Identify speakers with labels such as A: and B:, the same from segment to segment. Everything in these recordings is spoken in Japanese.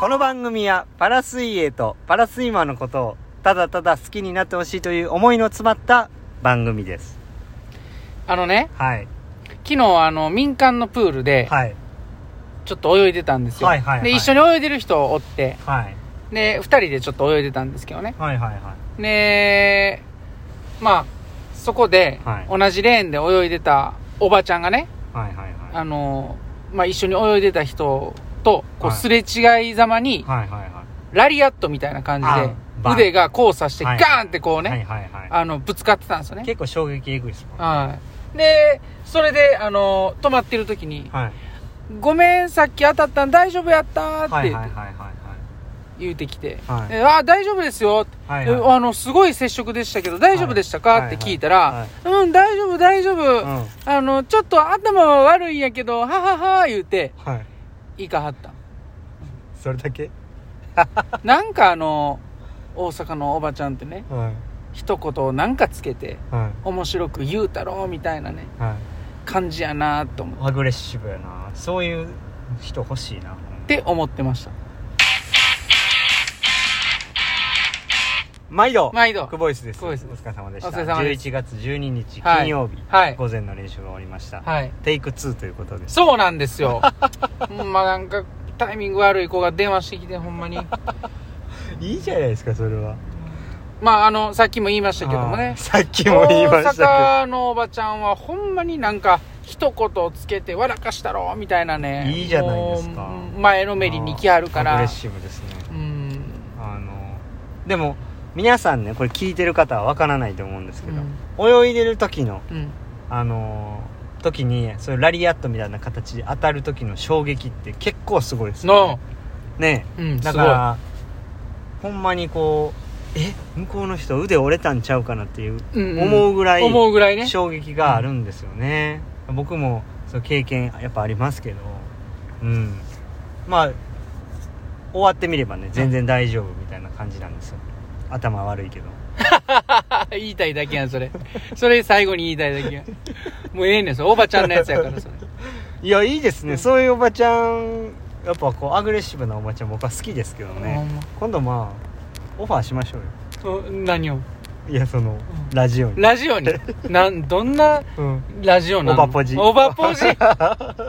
A: この番組はパラ水泳とパラスイマーのことをただただ好きになってほしいという思いの詰まった番組です。
B: あのね、
A: はい。
B: 昨日あの民間のプールで、
A: はい。
B: ちょっと泳いでたんですよ。
A: はいはいはい
B: で、一緒に泳いでる人を追って、
A: はい。
B: で、二人でちょっと泳いでたんですけどね。
A: はいはいは
B: で、まあ、そこで、
A: は
B: 同じレーンで泳いでたおばちゃんがね、
A: い。はいはいはい。
B: あの、まあ一緒に泳いでた人と、こう
A: はい
B: すれ違いざまに、
A: はいはいはい。
B: ラリアットみたいな感
A: あ
B: じ
A: バ
B: で、
A: ン
B: 腕が交差して
A: は
B: ガ
A: い
B: ーンってこうね、
A: はいはいは
B: あの、ぶつかってたんですよ
A: い。
B: ね。
A: 結構衝撃エグいですもんね。
B: はい。で、それで、あの、止まってる時に、
A: はい。
B: ごめん、さっき当たったん大丈夫やったーっ
A: はいはい
B: て
A: はいはい
B: 言うてきて、
A: はい
B: であー大丈夫ですよ、
A: はい。はい
B: え
A: はい。
B: あの、すごい接触でしたけど、大丈夫でしたか、
A: はい
B: って聞いたら、
A: はい
B: うん、大丈夫、大丈夫、
A: うん。はい。
B: あの、ちょっと頭は悪いんやけど、ははは言うて、いか はった。
A: それだけ
B: なんかあの、大阪のおばちゃんってね、
A: は
B: 一言をなんかつけて、
A: い。は
B: 面白く言うたろうみたいなね、
A: い。はい。
B: 感じやなと思っ
A: アグレッシブやな。そういう人欲しいな。
B: て思ってました。
A: 毎度
B: 毎度
A: ク。ボイスです。
B: クボイス
A: お疲れ様でした。
B: お疲れ様です
A: 11月12日
B: はい
A: 金曜日、
B: はい
A: 午前の練習が終わりました。
B: はい。
A: テイク2ということです。
B: そうなんですよ。 ほんまなんか、タイミング悪い子が電話してきて、ほんまに。
A: いいじゃないですか、それは。
B: まあ、あの、さっきも言いましたけども
A: あ
B: ね
A: ー。さっきも言いましたけど。
B: 大阪のおばちゃんはほんまになんか一言つけて笑かしたろみたいなね
A: いいじゃないですか
B: もう前のめりに来はるか
A: アグレ
B: ら
A: ッシブですね。
B: うん
A: あの、でも、皆さんね、これ聞いてる方はわからないと思うんですけど、
B: うん
A: 泳いでる時の、
B: うん
A: あのー時に、そういうラリアットみたいな形で当たる時の衝撃って結構すごいです
B: の
A: よね。ね
B: うん
A: だ
B: す
A: か
B: ごい
A: らほんまにこうえ向こうの人腕折れたんちゃうかなっていう
B: うん
A: 思うぐらい
B: 思うぐらいね
A: 衝撃があるんですよね、僕もそう経験やっぱありますけどうんまあ終わってみればね全然大丈夫みたいな感じなんですよ頭悪いけど
B: 言いたいだけやんそれそれ最後に言いたいだけやんもうええねんそれおばちゃんのやつやからそ れ
A: いやいいですね、
B: うん
A: そういうおばちゃんやっぱこうアグレッシブなおばちゃん僕は好きですけど
B: ほ
A: ね
B: んま
A: 今度まあオファーしましょうよ
B: うん何を
A: いやそのラジオに、
B: ラジオになんどんな
A: うん
B: ラジオなの
A: オバポジ
B: オバ ポジ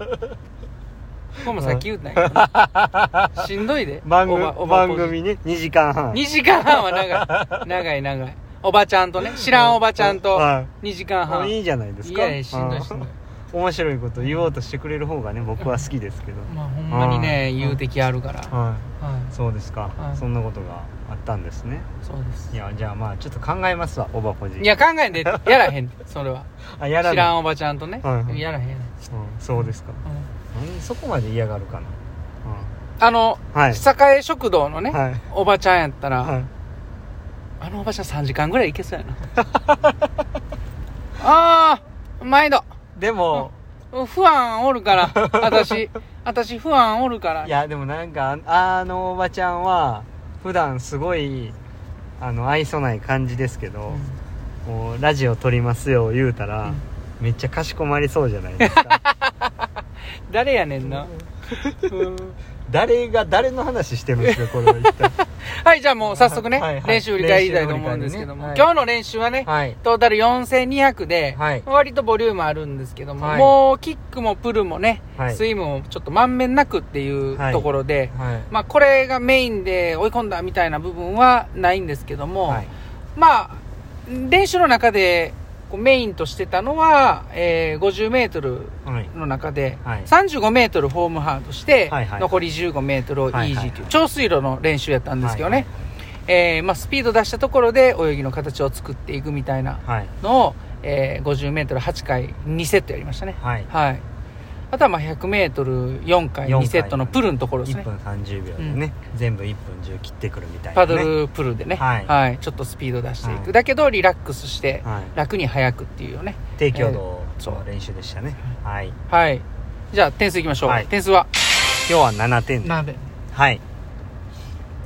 B: ここもさっき言ったんやけどしんどいで
A: 番
B: オ
A: 組
B: バオバポ
A: 番
B: ジ
A: 組ね2時間半
B: 2時間半は長い長い長いおばちゃんとね知らんおばちゃんと
A: は
B: 2時間
A: いもう
B: 半
A: い
B: い
A: いじゃないですか
B: やいやしんどいしんど
A: うん
B: い
A: 面白いこと言おうとしてくれる方がね僕は好きですけど、
B: まあほんまにね
A: うん
B: 言うてきあるから
A: は
B: はい
A: そうですか、
B: はい
A: そんなことがあったんですね
B: いそうです
A: いやじゃあまあちょっと考えますわオバポジ
B: いや考えんでやらへんそれは
A: あやら
B: 知ら
A: なん
B: おばちゃんとね
A: はいはい
B: やらへん
A: うん、そうですか何そこまで嫌がるかな、
B: あの
A: うん、はい
B: 栄食堂のね
A: はい
B: おばちゃんやったら
A: はい
B: あのおばちゃん3時間ぐらいいけそうやな ああ毎度
A: でも、
B: 不安おるから私私不安おるから
A: いやでもなんかああのおばちゃんは普段すごいあの愛想ない感じですけど、
B: うん
A: もうラジオ撮りますよ言うたら、
B: うん
A: めっちゃかしこまりそうじゃないですか
B: 誰やねん な
A: 誰が誰の話してるんですかこれは一体
B: はい、じゃあもう早速ね、
A: はいはい
B: 練習振り返りたいと思うんですけども、
A: 練習
B: 今
A: 振
B: 日の練習 はね、
A: はい
B: トータル4200で、
A: はい
B: 割とボリュームあるんですけども、
A: はい
B: もうキックもプルもね、
A: はい
B: スイムもちょっとまんべんなくっていう
A: はい
B: ところで、
A: はい
B: まあこれがメインで追い込んだみたいな部分はないんですけども、
A: はい
B: まあ、練習の中でこうメインとしてたのは、えー50メートル
A: はい
B: の中で、
A: はい
B: 35メートルホームハードして、
A: はいはい
B: 残り15メートルをイージーという、
A: はいはいはい
B: 超水路の練習やったんですけどね、えーまあ、スピード出したところで泳ぎの形を作っていくみたいな
A: はい
B: のを、えー、50メートル8回2セットやりましたね。
A: はい、
B: はい。あとはまあ100メートル4回
A: 4
B: 2セットのプルのところです
A: 1
B: ね。
A: 分30秒でね、全部1分10切ってくるみたいな、
B: パ
A: ね、
B: ドルプルでね、
A: はい
B: ちょっとスピード出していく。
A: はい
B: だけどリラックスして、
A: はい
B: 楽に速くっていうね。
A: 低強度
B: えーそう
A: の練習でしたね、はい
B: はい。じゃあ点数いきましょう。
A: はい
B: 点数は
A: 今日は7点で
B: 鍋。
A: はい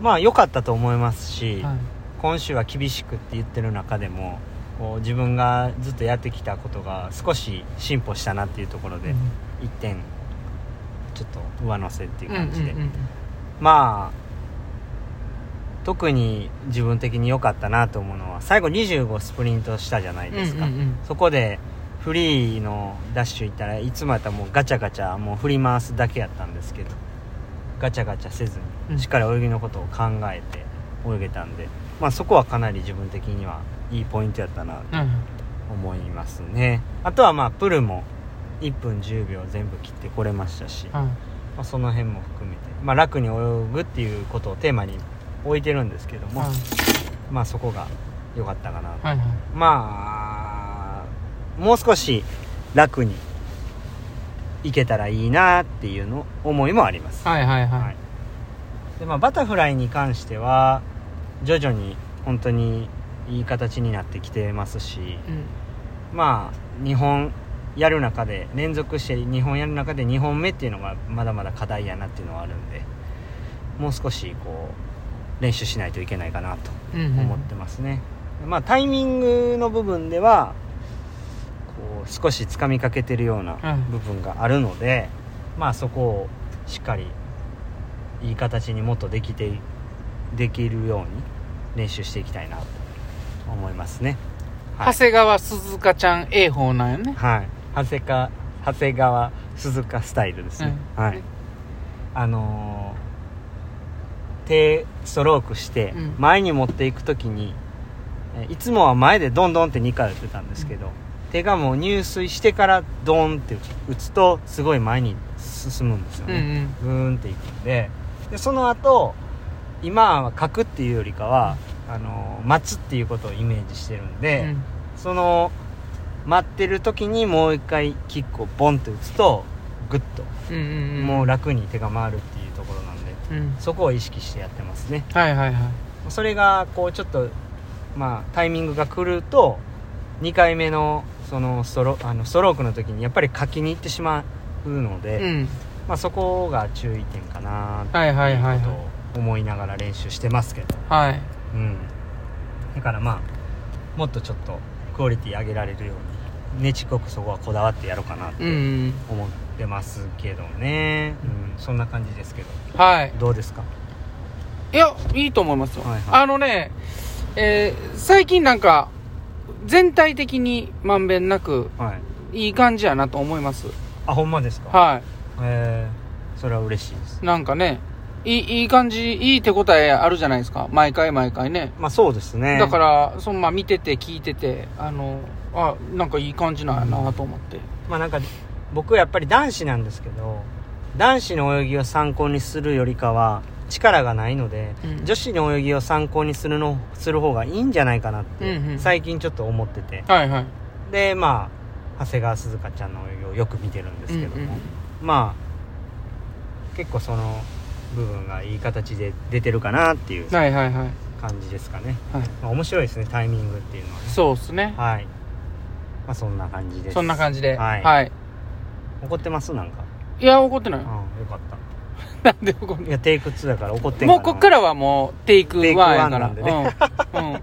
A: まあ良かったと思いますし、
B: はい
A: 今週は厳しくって言ってる中でもこう自分がずっとやってきたことが少し進歩したなっていうところで、
B: うん
A: 1点ちょっと上乗せっていう感じで、
B: うんうんうん
A: まあ特に自分的に良かったなと思うのは最後25スプリントしたじゃないですか、
B: うんうんうん
A: そこでフリーのダッシュ行ったらいつもやったらもうガチャガチャもう振り回すだけやったんですけどガチャガチャせず
B: うん
A: にしっかり泳ぎのことを考えて泳げたんで、まあ、そこはかなり自分的にはいいポイントやったな
B: うん
A: と思いますねあとはまあプルも1分10秒全部切ってこれましたし、
B: うん
A: まあ、その辺も含めて、まあ、楽に泳ぐっていうことをテーマに置いてるんですけども、
B: はい
A: まあそこが良かったかなと、
B: はいはい
A: まあもう少し楽にいけたらいいなっていうの思いもあります、
B: はいはいは
A: はい
B: い
A: でまあ、バタフライに関しては徐々に本当にいい形になってきてますし
B: うん
A: まあ日本やる中で連続して日本やる中で2本目っていうのがまだまだ課題やなっていうのはあるんでもう少しこう練習しないといけないかなと
B: うんうん
A: 思ってますね、まあタイミングの部分ではこう少しつかみかけてるような
B: うん
A: 部分があるので、まあそこをしっかりいい形にもっとできてできるように練習していきたいなと思いますねはい
B: 長谷川鈴香ちゃん A 法なんよね
A: はい、長谷川長谷川鈴鹿スタイルですね、
B: うん
A: はいあのー手ストロークして
B: うん
A: 前に持っていく時に、えいつもは前でドンドンって2回打ってたんですけど、手がもう入水してからドンって打つとすごい前に進むんですよ
B: うん
A: ね、
B: うん
A: ブーンっていくんででその後今は書くっていうよりかは、あのー待つっていうことをイメージしてるんで、
B: うん
A: その待ってる時にもう一回キックをボンって打つとグッと
B: うんうんうん
A: もう楽に手が回るっていうところなんで
B: うん
A: そこを意識してやってますね
B: はいはいはい
A: それがこうちょっとまあタイミングが来ると2回目のそのストロあのストロークの時にやっぱり書きに行ってしまうので、
B: うん
A: まあ、そこが注意点かなって
B: はいはいはいいう
A: ことを思いながら練習してますけど
B: はい
A: うん、だからまあもっとちょっとクオリティ上げられるようにねちっこくそこはこだわってやろうかなっ
B: うんう
A: て
B: ん
A: 思ってますけどね、うんそんな感じですけど
B: はい
A: どうですか
B: いやいいと思いますよ、
A: はいはい
B: あのねえー最近なんか全体的にまんべんなく
A: はい
B: いい感じやなと思います
A: あほんまですか
B: は
A: えーそれは嬉しいです
B: いなんかねいいいい感じいい手応えあるじゃないですか毎回毎回ね
A: まあそうですね
B: だからそのまあ見てて聞いててあのあなんかいい感じなんやなと思って
A: まあなんか僕やっぱり男子なんですけど男子の泳ぎを参考にするよりかは力がないので、
B: うん
A: 女子の泳ぎを参考にするのする方がいいんじゃないかなっ
B: うんう
A: て
B: ん
A: 最近ちょっと思ってて、
B: はいはい
A: でまあ長谷川鈴香ちゃんの泳ぎをよく見てるんですけども、
B: うんうん
A: まあ結構その部分がいい形で出てるかなっていう
B: はいはいはい
A: 感じですかね、
B: はい
A: まあ、面白いですねタイミングっていうのはね
B: そうっすね
A: はいまあそんな感じです
B: そんな感じでは
A: はい
B: い、い、
A: 怒ってますなんか
B: や怒ってない
A: うん
B: よ
A: よかっ
B: なんで怒る
A: たいやテイク2だから怒ってん
B: もうこっかららはもうテイク1やから
A: テイクワン
B: うん うん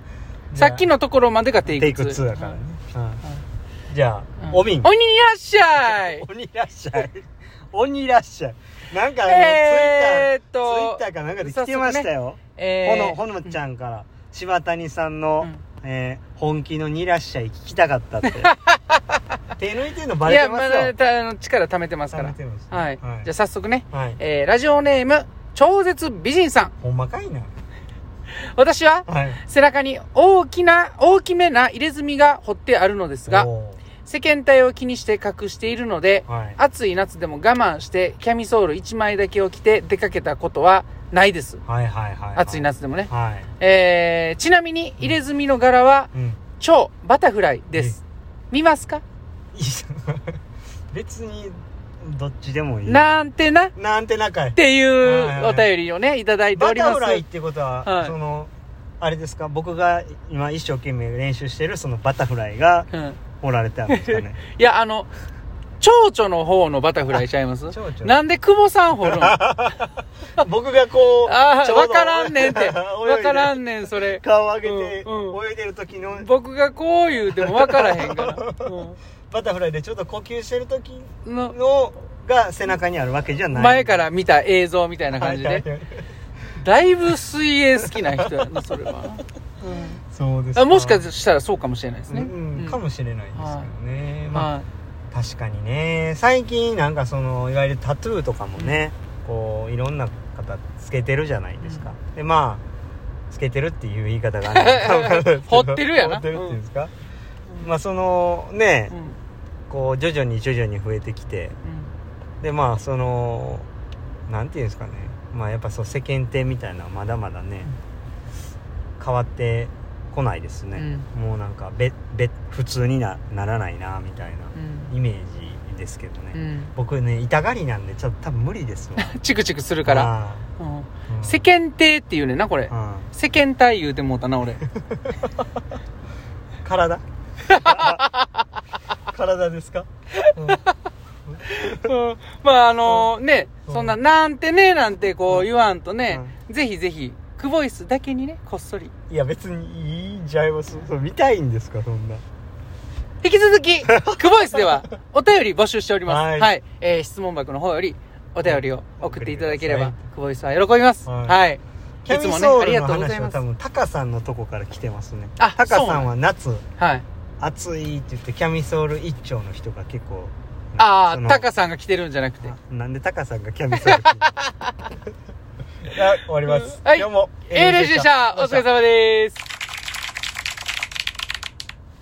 B: さっきのところまでがテイク2
A: テイク2だからね、うんじゃあ、おみん
B: おにいらっしゃい
A: 鬼らっしゃい鬼らっしゃいなんかあの
B: えーっ
A: ツイッターツイッ
B: と
A: ターかなんかで来てましたよ、
B: え
A: ほ
B: ー
A: のほのちゃんから柴谷さんの、
B: うん
A: えー本気の「にらっしゃい」聞きたかったって 手抜いてんのバ
B: い
A: レて
B: や
A: ま
B: ますだ
A: よ
B: たあの力貯めてますか
A: バレ
B: ら
A: てます
B: はい、
A: はい
B: じゃあ早速ね、
A: はい
B: えーラジオネーム超絶美人さん
A: ほんまかいな
B: 私は
A: はい
B: 背中に大きな大きめな入れ墨が彫ってあるのですが
A: お
B: 世間体を気にして隠しているので
A: ーはい
B: 暑い夏でも我慢してキャミソール1枚だけを着て出かけたことはないです
A: はいはいはいはい
B: 暑い夏でもね、
A: はい
B: えー、ちなみに入れ墨の柄は
A: うん
B: 超バタフライです見ますか
A: いいじゃん 別にどっちでもいい
B: なんてなっ
A: なんて仲いい
B: てい
A: はいう
B: お便りをねいただいてお
A: バ
B: りま
A: タ
B: す
A: フライってことは、
B: はい
A: そのあれですか僕が今一生懸命練習してるそのバタフライが
B: うん、
A: おられたんですかね
B: いやあの蝶々の方のバタフライちゃいます
A: 蝶々
B: なんで久保さん掘 るのあ
A: 僕がこう
B: あ
A: ちょうど
B: わからんねんって
A: 泳いで
B: わからんねんそれ
A: 顔を上げて
B: うんう
A: 泳いでる時の
B: 僕がこう言うてもわからへんから、
A: バタフライでちょっと呼吸してる時
B: うんの
A: のが背中にあるわけじゃない
B: 前から見た映像みたいな感じ
A: はいは
B: で。
A: いはい
B: だいぶ水泳好きな人やな、それは。
A: そうです
B: あもしか
A: て
B: したらそうかもしれないです
A: う
B: ね。
A: ん
B: うん
A: かもしれないですよね、ま
B: は
A: あ確かにね最近なんかそのいわゆるタトゥーとかもね、こういろんな方つけてるじゃないですか、でまあつけてるっていう言い方が ねわからないですけど
B: 彫ってるやな
A: 彫ってるっていうんですか、まあそのね
B: い。うん。うん
A: こう徐々に徐々に増えてきてでまあそのなんていうんですかねまあやっぱそう世間体みたいなのはまだまだね変わってこないですね、もうなんかべべ普通になならないなみたいなイメージですけどね、
B: うん。うん。
A: 僕ね痛がりなんでちょっと多分無理です わ
B: チクチクするから。
A: あ
B: うん
A: ーうん
B: 世間体っていうねんな、これ。
A: うん
B: 世間体言うてもうたな、俺。
A: 体 体ですか、うん
B: うんまああのね、
A: うん
B: そんな、なんてね、なんてこう言わんとね、ぜひぜひ、クボイスだけにね、こっそり。
A: いや別にいいんちゃいますそう見たいんですかそんな
B: 引き 続き、クボイスではお便り募集しております。は。
A: はいい
B: えー質問箱の方よりお便りを送っていただければ、
A: はい
B: クボイスは喜びます。は。
A: はいい
B: い、
A: キャ
B: つ
A: ミ
B: もね、
A: ソ
B: あ
A: ー
B: り
A: ルの
B: がとうござい
A: 話は
B: ます
A: 多。分タカさんのとこから来てますね
B: あ
A: タカ
B: そうな
A: さ
B: ん
A: んは夏
B: はい。
A: 暑いって言ってキャミソール一丁の人が結構
B: あ
A: そ
B: あ、
A: の
B: タカさんが来てるんじゃなくて。
A: あなんでタカさんがキャミソール着るあ終わります、
B: はい
A: 今日も
B: えー、レジでした。お疲れ様です。